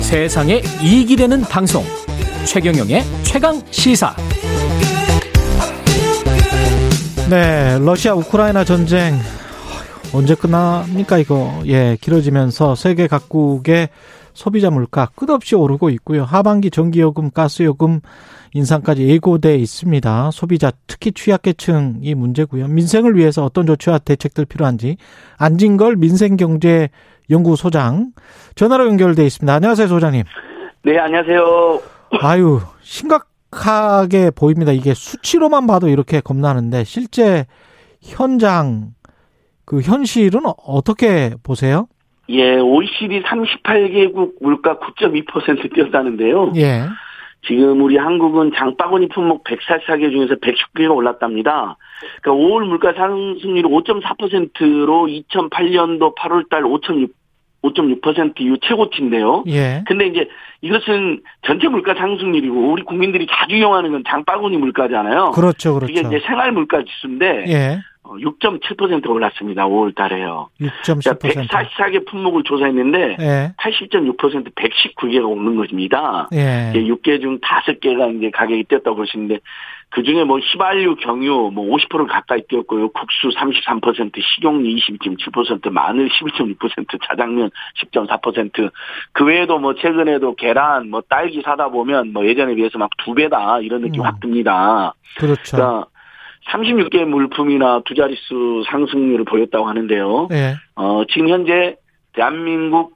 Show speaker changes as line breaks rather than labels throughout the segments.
세상에 이익이 되는 방송 최경영의 최강 시사
네, 러시아 우크라이나 전쟁 언제 끝납니까 이거? 예, 길어지면서 세계 각국의 소비자 물가 끝없이 오르고 있고요. 하반기 전기요금, 가스요금 인상까지 예고돼 있습니다. 소비자 특히 취약계층이 문제고요. 민생을 위해서 어떤 조치와 대책들 필요한지 안진걸 민생경제 연구소장 전화로 연결돼 있습니다. 안녕하세요, 소장님.
네, 안녕하세요.
아유, 심각하게 보입니다. 이게 수치로만 봐도 이렇게 겁나는데 실제 현장 그 현실은 어떻게 보세요?
예, OECD 38개국 물가 9.2% 뛰었다는데요.
예.
지금 우리 한국은 장바구니 품목 144개 중에서 110개가 올랐답니다. 그러니까 5월 물가 상승률이 5.4%로 2008년도 8월달 5.6 5.6% 이후 최고치인데요.
예.
근데 이제 이것은 전체 물가 상승률이고 우리 국민들이 자주 이용하는 건 장바구니 물가잖아요.
그렇죠,
게
그렇죠.
어, 이제 생활 물가 지수인데 어,
예.
6.7% 올랐습니다. 5월 달에요. 그러니까
6.10%.
144개 품목을 조사했는데
예.
80.6% 119개가 오는 것입니다.
예.
이제 6개 중 5개가 이제 가격이 뛰었다고 보시는데 그 중에 뭐 휘발유, 경유 뭐 50% 가까이 뛰었고요. 국수 33%, 식용유 22.7%, 마늘 11.6%, 자장면 10.4%그 외에도 뭐 최근에도 계란, 뭐 딸기 사다 보면 뭐 예전에 비해서 막 두 배다 이런 느낌
음.
확 듭니다.
그렇죠.
그러니까 36개 물품이나 두 자릿수 상승률을 보였다고 하는데요.
예.
어, 지금 현재 대한민국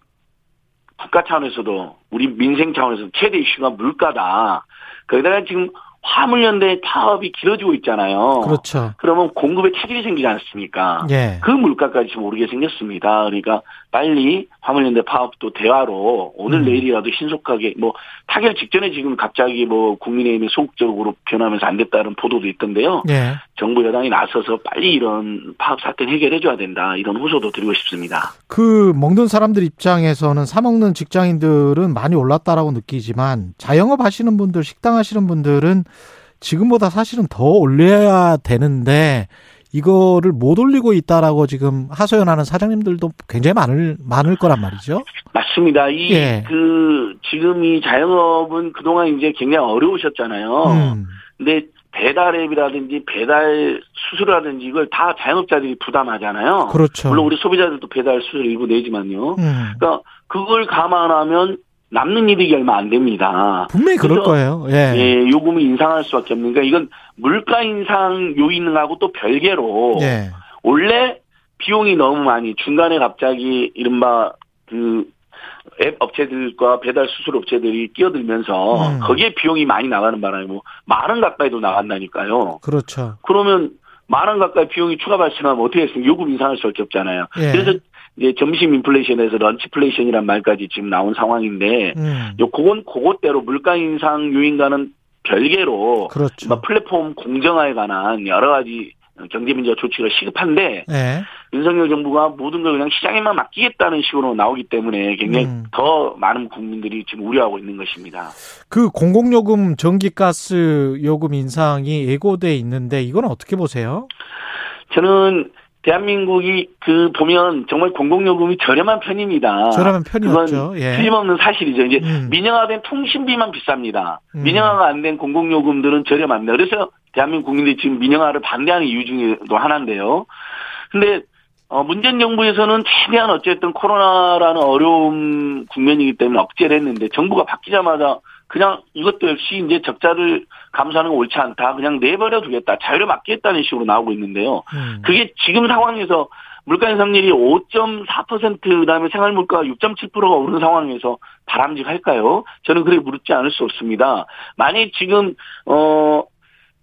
국가 차원에서도 우리 민생 차원에서 최대 이슈가 물가다. 거기다가 지금 화물연대 파업이 길어지고 있잖아요.
그렇죠.
그러면 공급에 차질이 생기지 않습니까?
예.
그 물가까지 지금 오르게 생겼습니다. 그러니까 빨리 화물연대 파업도 대화로 오늘
음.
내일이라도 신속하게 뭐 타결 직전에 지금 갑자기 뭐 국민의힘이 소극적으로 변하면서 안 됐다는 보도도 있던데요.
예.
정부 여당이 나서서 빨리 이런 파업 사태 해결해 줘야 된다 이런 호소도 드리고 싶습니다.
그 먹는 사람들 입장에서는 사 먹는 직장인들은 많이 올랐다라고 느끼지만 자영업 하시는 분들, 식당 하시는 분들은 지금보다 사실은 더 올려야 되는데 이거를 못 올리고 있다라고 지금 하소연하는 사장님들도 굉장히 많을 많을 거란 말이죠.
맞습니다. 이
예.
그 지금 이 자영업은 그동안 이제 굉장히 어려우셨잖아요.
음.
근데 배달앱이라든지 배달 수수료라든지 이걸 다 자영업자들이 부담하잖아요.
그렇죠.
물론 우리 소비자들도 배달 수수료 일부 내지만요.
음.
그러니까 그걸 감안하면 남는 이득이 얼마 안 됩니다.
분명히 그럴
그래서-
거예요. 예.
예, 요금을 인상할 수밖에 없는 게 이건 물가 인상 요인하고 또 별개로
예.
원래 비용이 너무 많이 중간에 갑자기 이른바 그 앱 업체들과 배달 수수료 업체들이 끼어들면서
음.
거기에 비용이 많이 나가는 바람에 뭐만원 가까이도 나간다니까요.
그렇죠.
그러면 만 원 가까이 비용이 추가 발생하면 어떻게 했습니까? 요금 인상할 수밖에 없잖아요.
예.
그래서 이제 점심 인플레이션에서 런치플레이션이란 말까지 지금 나온 상황인데
음.
요 그건 그것대로 물가 인상 요인과는 별개로
그렇죠.
뭐 플랫폼 공정화에 관한 여러 가지 경제민주화 조치가 시급한데
예.
윤석열 정부가 모든 걸 그냥 시장에만 맡기겠다는 식으로 나오기 때문에 굉장히
음.
더 많은 국민들이 지금 우려하고 있는 것입니다.
그 공공요금, 전기가스 요금 인상이 예고돼 있는데 이건 어떻게 보세요?
저는 대한민국이 그 보면 정말 공공요금이 저렴한 편입니다.
저라면 편이
아, 그건
없죠. 예.
틀림없는 사실이죠. 이제
음.
민영화된 통신비만 비쌉니다.
음.
민영화가 안 된 공공요금들은 저렴합니다. 그래서 대한민국 국민들이 지금 민영화를 반대하는 이유 중에도 하나인데요. 근데 어, 문재인 정부에서는 최대한 어쨌든 코로나라는 어려움 국면이기 때문에 억제를 했는데 정부가 바뀌자마자 그냥 이것도 역시 이제 적자를 감수하는 건 옳지 않다. 그냥 내버려 두겠다. 자유를 맡기겠다는 식으로 나오고 있는데요.
음.
그게 지금 상황에서 물가 인상률이 5.4% 그다음에 생활 물가가 6.7%가 오른 상황에서 바람직할까요? 저는 그래 물지 않을 수 없습니다. 만약 지금 어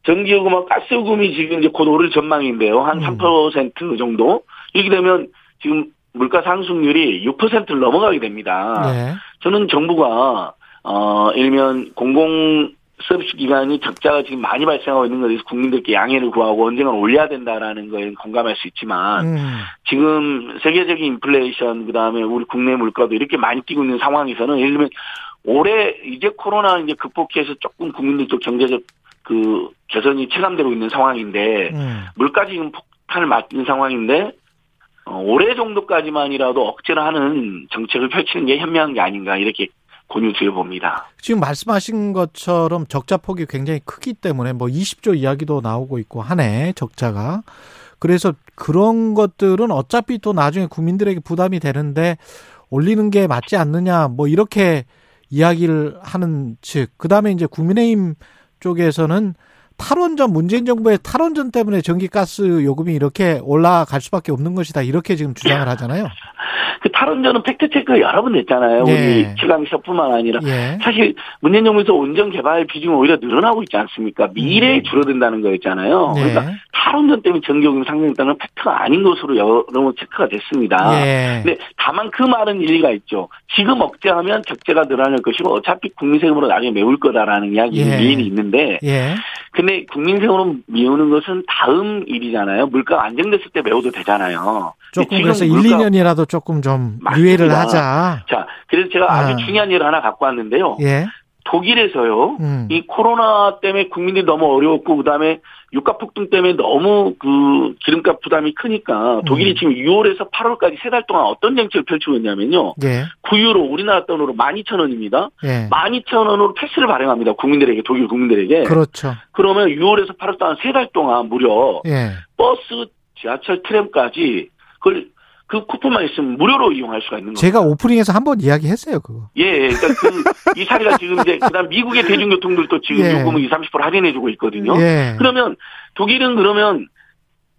전기요금과 뭐 가스요금이 지금 이제 곧 오를 전망인데요. 한
음.
3% 정도 이렇게 되면 지금 물가 상승률이 6%를 넘어가게 됩니다.
예.
저는 정부가 어 일면 공공 서비스 기관이 적자가 지금 많이 발생하고 있는 것에 대해서 국민들께 양해를 구하고 언젠간 올려야 된다라는 거에 공감할 수 있지만
음.
지금 세계적인 인플레이션 그다음에 우리 국내 물가도 이렇게 많이 뛰고 있는 상황에서는 예를 들면 올해 이제 코로나 이제 극복해서 조금 국민들도 경제적 그 개선이 체감되고 있는 상황인데
음.
물가 지금 폭탄을 맞은 상황인데 어, 올해 정도까지만이라도 억제를 하는 정책을 펼치는 게 현명한 게 아닌가 이렇게 권유드려 봅니다.
지금 말씀하신 것처럼 적자 폭이 굉장히 크기 때문에 뭐 20조 이야기도 나오고 있고 한해 적자가 그래서 그런 것들은 어차피 또 나중에 국민들에게 부담이 되는데 올리는 게 맞지 않느냐 뭐 이렇게 이야기를 하는 측 그다음에 이제 국민의힘 쪽에서는 탈원전 문재인 정부의 탈원전 때문에 전기가스 요금이 이렇게 올라갈 수밖에 없는 것이다 이렇게 지금 주장을 하잖아요.
그 탈원전은 팩트체크 여러 번 냈잖아요.
예.
우리 최강시사뿐만 아니라.
예.
사실 문재인 정부에서 온전 개발 비중이 오히려 늘어나고 있지 않습니까? 미래에 줄어든다는 거였잖아요. 그러니까
예.
탈원전 때문에 전기요금이 상승했다는 팩트가 아닌 것으로 여러 번 체크가 됐습니다.
예.
근데 다만 그 말은 일리가 있죠. 지금 억제하면 적재가 늘어날 것이고 어차피 국민 세금으로 나중에 메울 거다라는 이야기
예.
미인이 있는데
예.
근데 국민 세금으로 메우는 것은 다음 일이잖아요. 물가가 안정됐을 때 메워도 되잖아요. 근데
조금
지금
그래서 1,
물가-
2년이라도 조금 좀
맞습니다.
유예를 하자.
자, 그래서 제가 아주
아.
중요한 일을 하나 갖고 왔는데요.
예.
독일에서요.
음.
이 코로나 때문에 국민들이 너무 어려웠고 그다음에 유가 폭등 때문에 너무 그 기름값 부담이 크니까 독일이
음.
지금 6월에서 8월까지 세 달 동안 어떤 정책을 펼치고 있냐면요.
예.
9유로 우리나라 돈으로 12,000원입니다.
예.
12,000원으로 패스를 발행합니다. 국민들에게 독일 국민들에게.
그렇죠.
그러면 6월에서 8월 동안 세 달 동안 무려
예.
버스, 지하철, 트램까지 그걸 그 쿠폰만 있으면 무료로 이용할 수가 있는 거예요.
제가 오프닝에서 한 번 이야기했어요, 그거.
예, 예. 그러니까 그, 이 사례가 지금 이제, 그 다음 미국의 대중교통들도 지금
예.
요금을 20, 30% 할인해주고 있거든요.
예.
그러면 독일은 그러면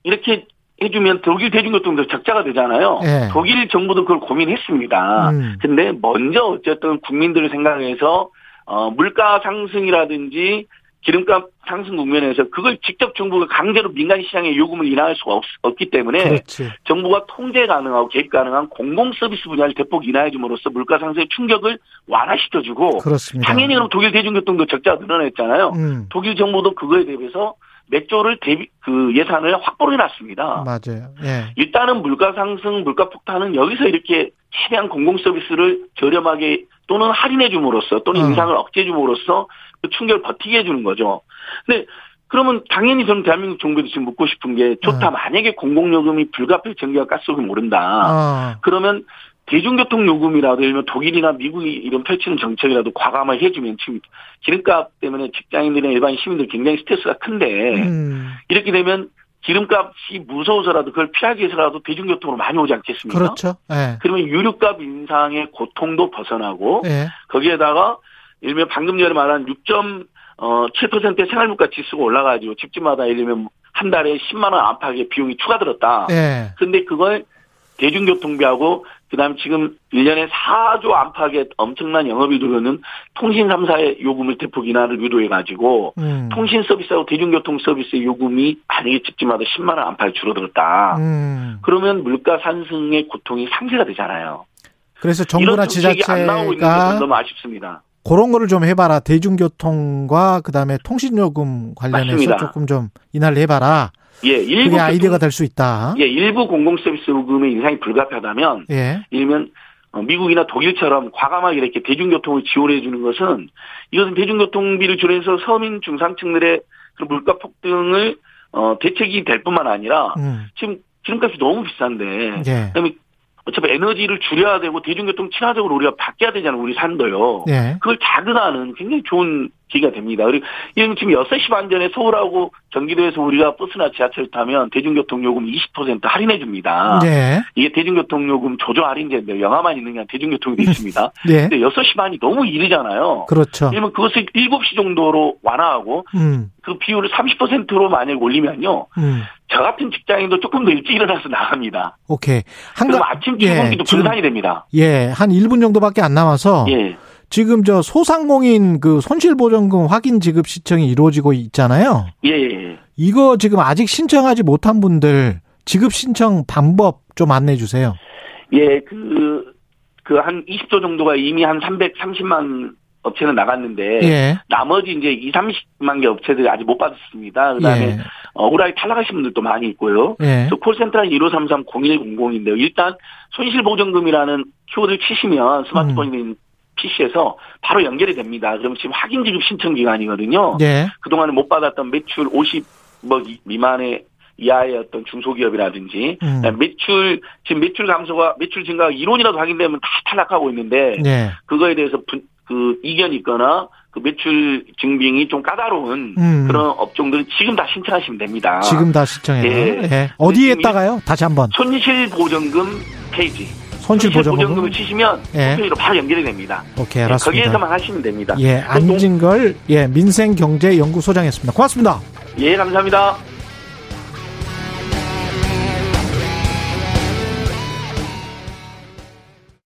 이렇게 해주면 독일 대중교통도 적자가 되잖아요.
예.
독일 정부도 그걸 고민했습니다.
음.
근데 먼저 어쨌든 국민들을 생각해서 어, 물가 상승이라든지 기름값 상승 국면에서 그걸 직접 정부가 강제로 민간 시장에 요금을 인하할 수가 없, 기 때문에
그렇지.
정부가 통제 가능하고 개입 가능한 공공 서비스 분야를 대폭 인하해 줌으로써 물가 상승의 충격을 완화시켜 주고
그렇습니다.
뭐 당연히 그럼 독일 대중교통도 적자가 늘어났잖아요.
음.
독일 정부도 그거에 대비해서 몇 조를 대비 그 예산을 확보를 해놨습니다.
맞아요. 예.
일단은 물가 상승, 물가 폭탄은 여기서 이렇게 최대한 공공 서비스를 저렴하게 또는 할인해 줌으로써 또는
어.
인상을 억제해 줌으로써 그 충격을 버티게 해 주는 거죠. 근데 그러면 당연히 저는 대한민국 정부에도 지금 묻고 싶은 게 좋다.
어.
만약에 공공요금이 불가피해 전기와 가스요금이 오른다.
아.
그러면 대중교통 요금이라도 예를 들면 독일이나 미국이 이런 펼치는 정책이라도 과감하게 해주면 지금 기름값 때문에 직장인들이나 일반 시민들 굉장히 스트레스가 큰데
음.
이렇게 되면 기름값이 무서워서라도 그걸 피하기 위해서라도 대중교통으로 많이 오지 않겠습니까?
그렇죠. 예.
러면 유류값 인상의 고통도 벗어나고
예.
거기에다가 일면 방금 전에 말한 6.7%의 생활물가 지수가 올라가지고 집집마다 일면 한 달에 10만 원 안팎의 비용이 추가 들었다.
예.
근데 그걸 대중교통비하고 그다음 지금 1년에 4조 안팎의 엄청난 영업이 들어오는 통신 3사의 요금을 대폭 인하를 유도해 가지고
음.
통신 서비스하고 대중교통 서비스의 요금이 만약에 집집마다 10만 원 안팎 줄어들었다.
음.
그러면 물가 상승의 고통이 상쇄가 되잖아요.
그래서 정부나
이런 정책이 안 나오고 있는 것은
지자체가
너무 아쉽습니다.
그런 거를 좀 해봐라. 대중교통과 그다음에 통신요금 관련해서
맞습니다.
조금 좀 인하를 해봐라.
예, 일부
그게
교통-
아이디어가 될 수 있다.
예, 일부 공공 서비스 요금의 인상이 불가피하다면
예.
일면 어, 미국이나 독일처럼 과감하게 이렇게 대중교통을 지원해 주는 것은 이것은 대중교통비를 줄여서 서민 중산층들의 그런 물가 폭등을 어, 대책이 될 뿐만 아니라
음.
지금 지금값이 너무 비싼데
예.
그다음에 어차피 에너지를 줄여야 되고 대중교통 친화적으로 우리가 바뀌어야 되잖아요. 우리 산도요.
예.
그걸 자극하는 굉장히 좋은 기회가 됩니다. 그리고 이건 지금 6시 반 전에 서울하고 경기도에서 우리가 버스나 지하철 타면 대중교통 요금 20% 할인해 줍니다.
예.
이게 대중교통 요금 조조 할인제인데 영화만 있는 게 아니라 대중교통이 돼 있습니다.
예.
근데 6시 반이 너무 이르잖아요.
그렇죠.
그러면 그것을 7시 정도로 완화하고
음.
그 비율을 30%로 만약 올리면요.
음.
저 같은 직장인도 조금 더 일찍 일어나서 나갑니다.
오케이. 한가
그럼 아침
예,
출근기도
지금- 어.
분산이 됩니다.
예, 한 1분 정도밖에 안 남아서
예.
지금 저 소상공인 그 손실보전금 확인 지급 시청이 이루어지고 있잖아요.
예, 예, 예.
이거 지금 아직 신청하지 못한 분들 지급 신청 방법 좀 안내해 주세요.
예, 그, 그 한 20조 정도가 이미 한 330만 업체는 나갔는데,
예.
나머지 이제 2, 30만 개 업체들이 아직 못 받았습니다. 그 다음에
예.
억울하게 탈락하신 분들도 많이 있고요.
예.
또 콜센터는 1533-0100인데요. 일단 손실보증금이라는 키워드를 치시면 스마트폰이나
음.
PC에서 바로 연결이 됩니다. 그럼 지금 확인 지급 신청 기간이거든요.
예.
그동안에 못 받았던 매출 50억 이- 미만의 이하의 어떤 중소기업이라든지
음.
매출 지금 매출 감소가 매출 증가가 이론이라도 확인되면 다 탈락하고 있는데
예.
그거에 대해서 분- 그 이견이 있거나 그 매출 증빙이 좀 까다로운
음.
그런 업종들은 지금 다 신청하시면 됩니다.
지금 다 시청해요.
예.
예. 어디에다가요? 다시 한번
손실 보전금 페이지.
손실 보전금.
을 치시면
예.
홈페이지로 바로 연결이 됩니다.
오케이,
예,
알았습니다.
거기에서만 하시면 됩니다.
예, 안진걸 예 민생경제연구소장이었습니다. 고맙습니다.
예, 감사합니다.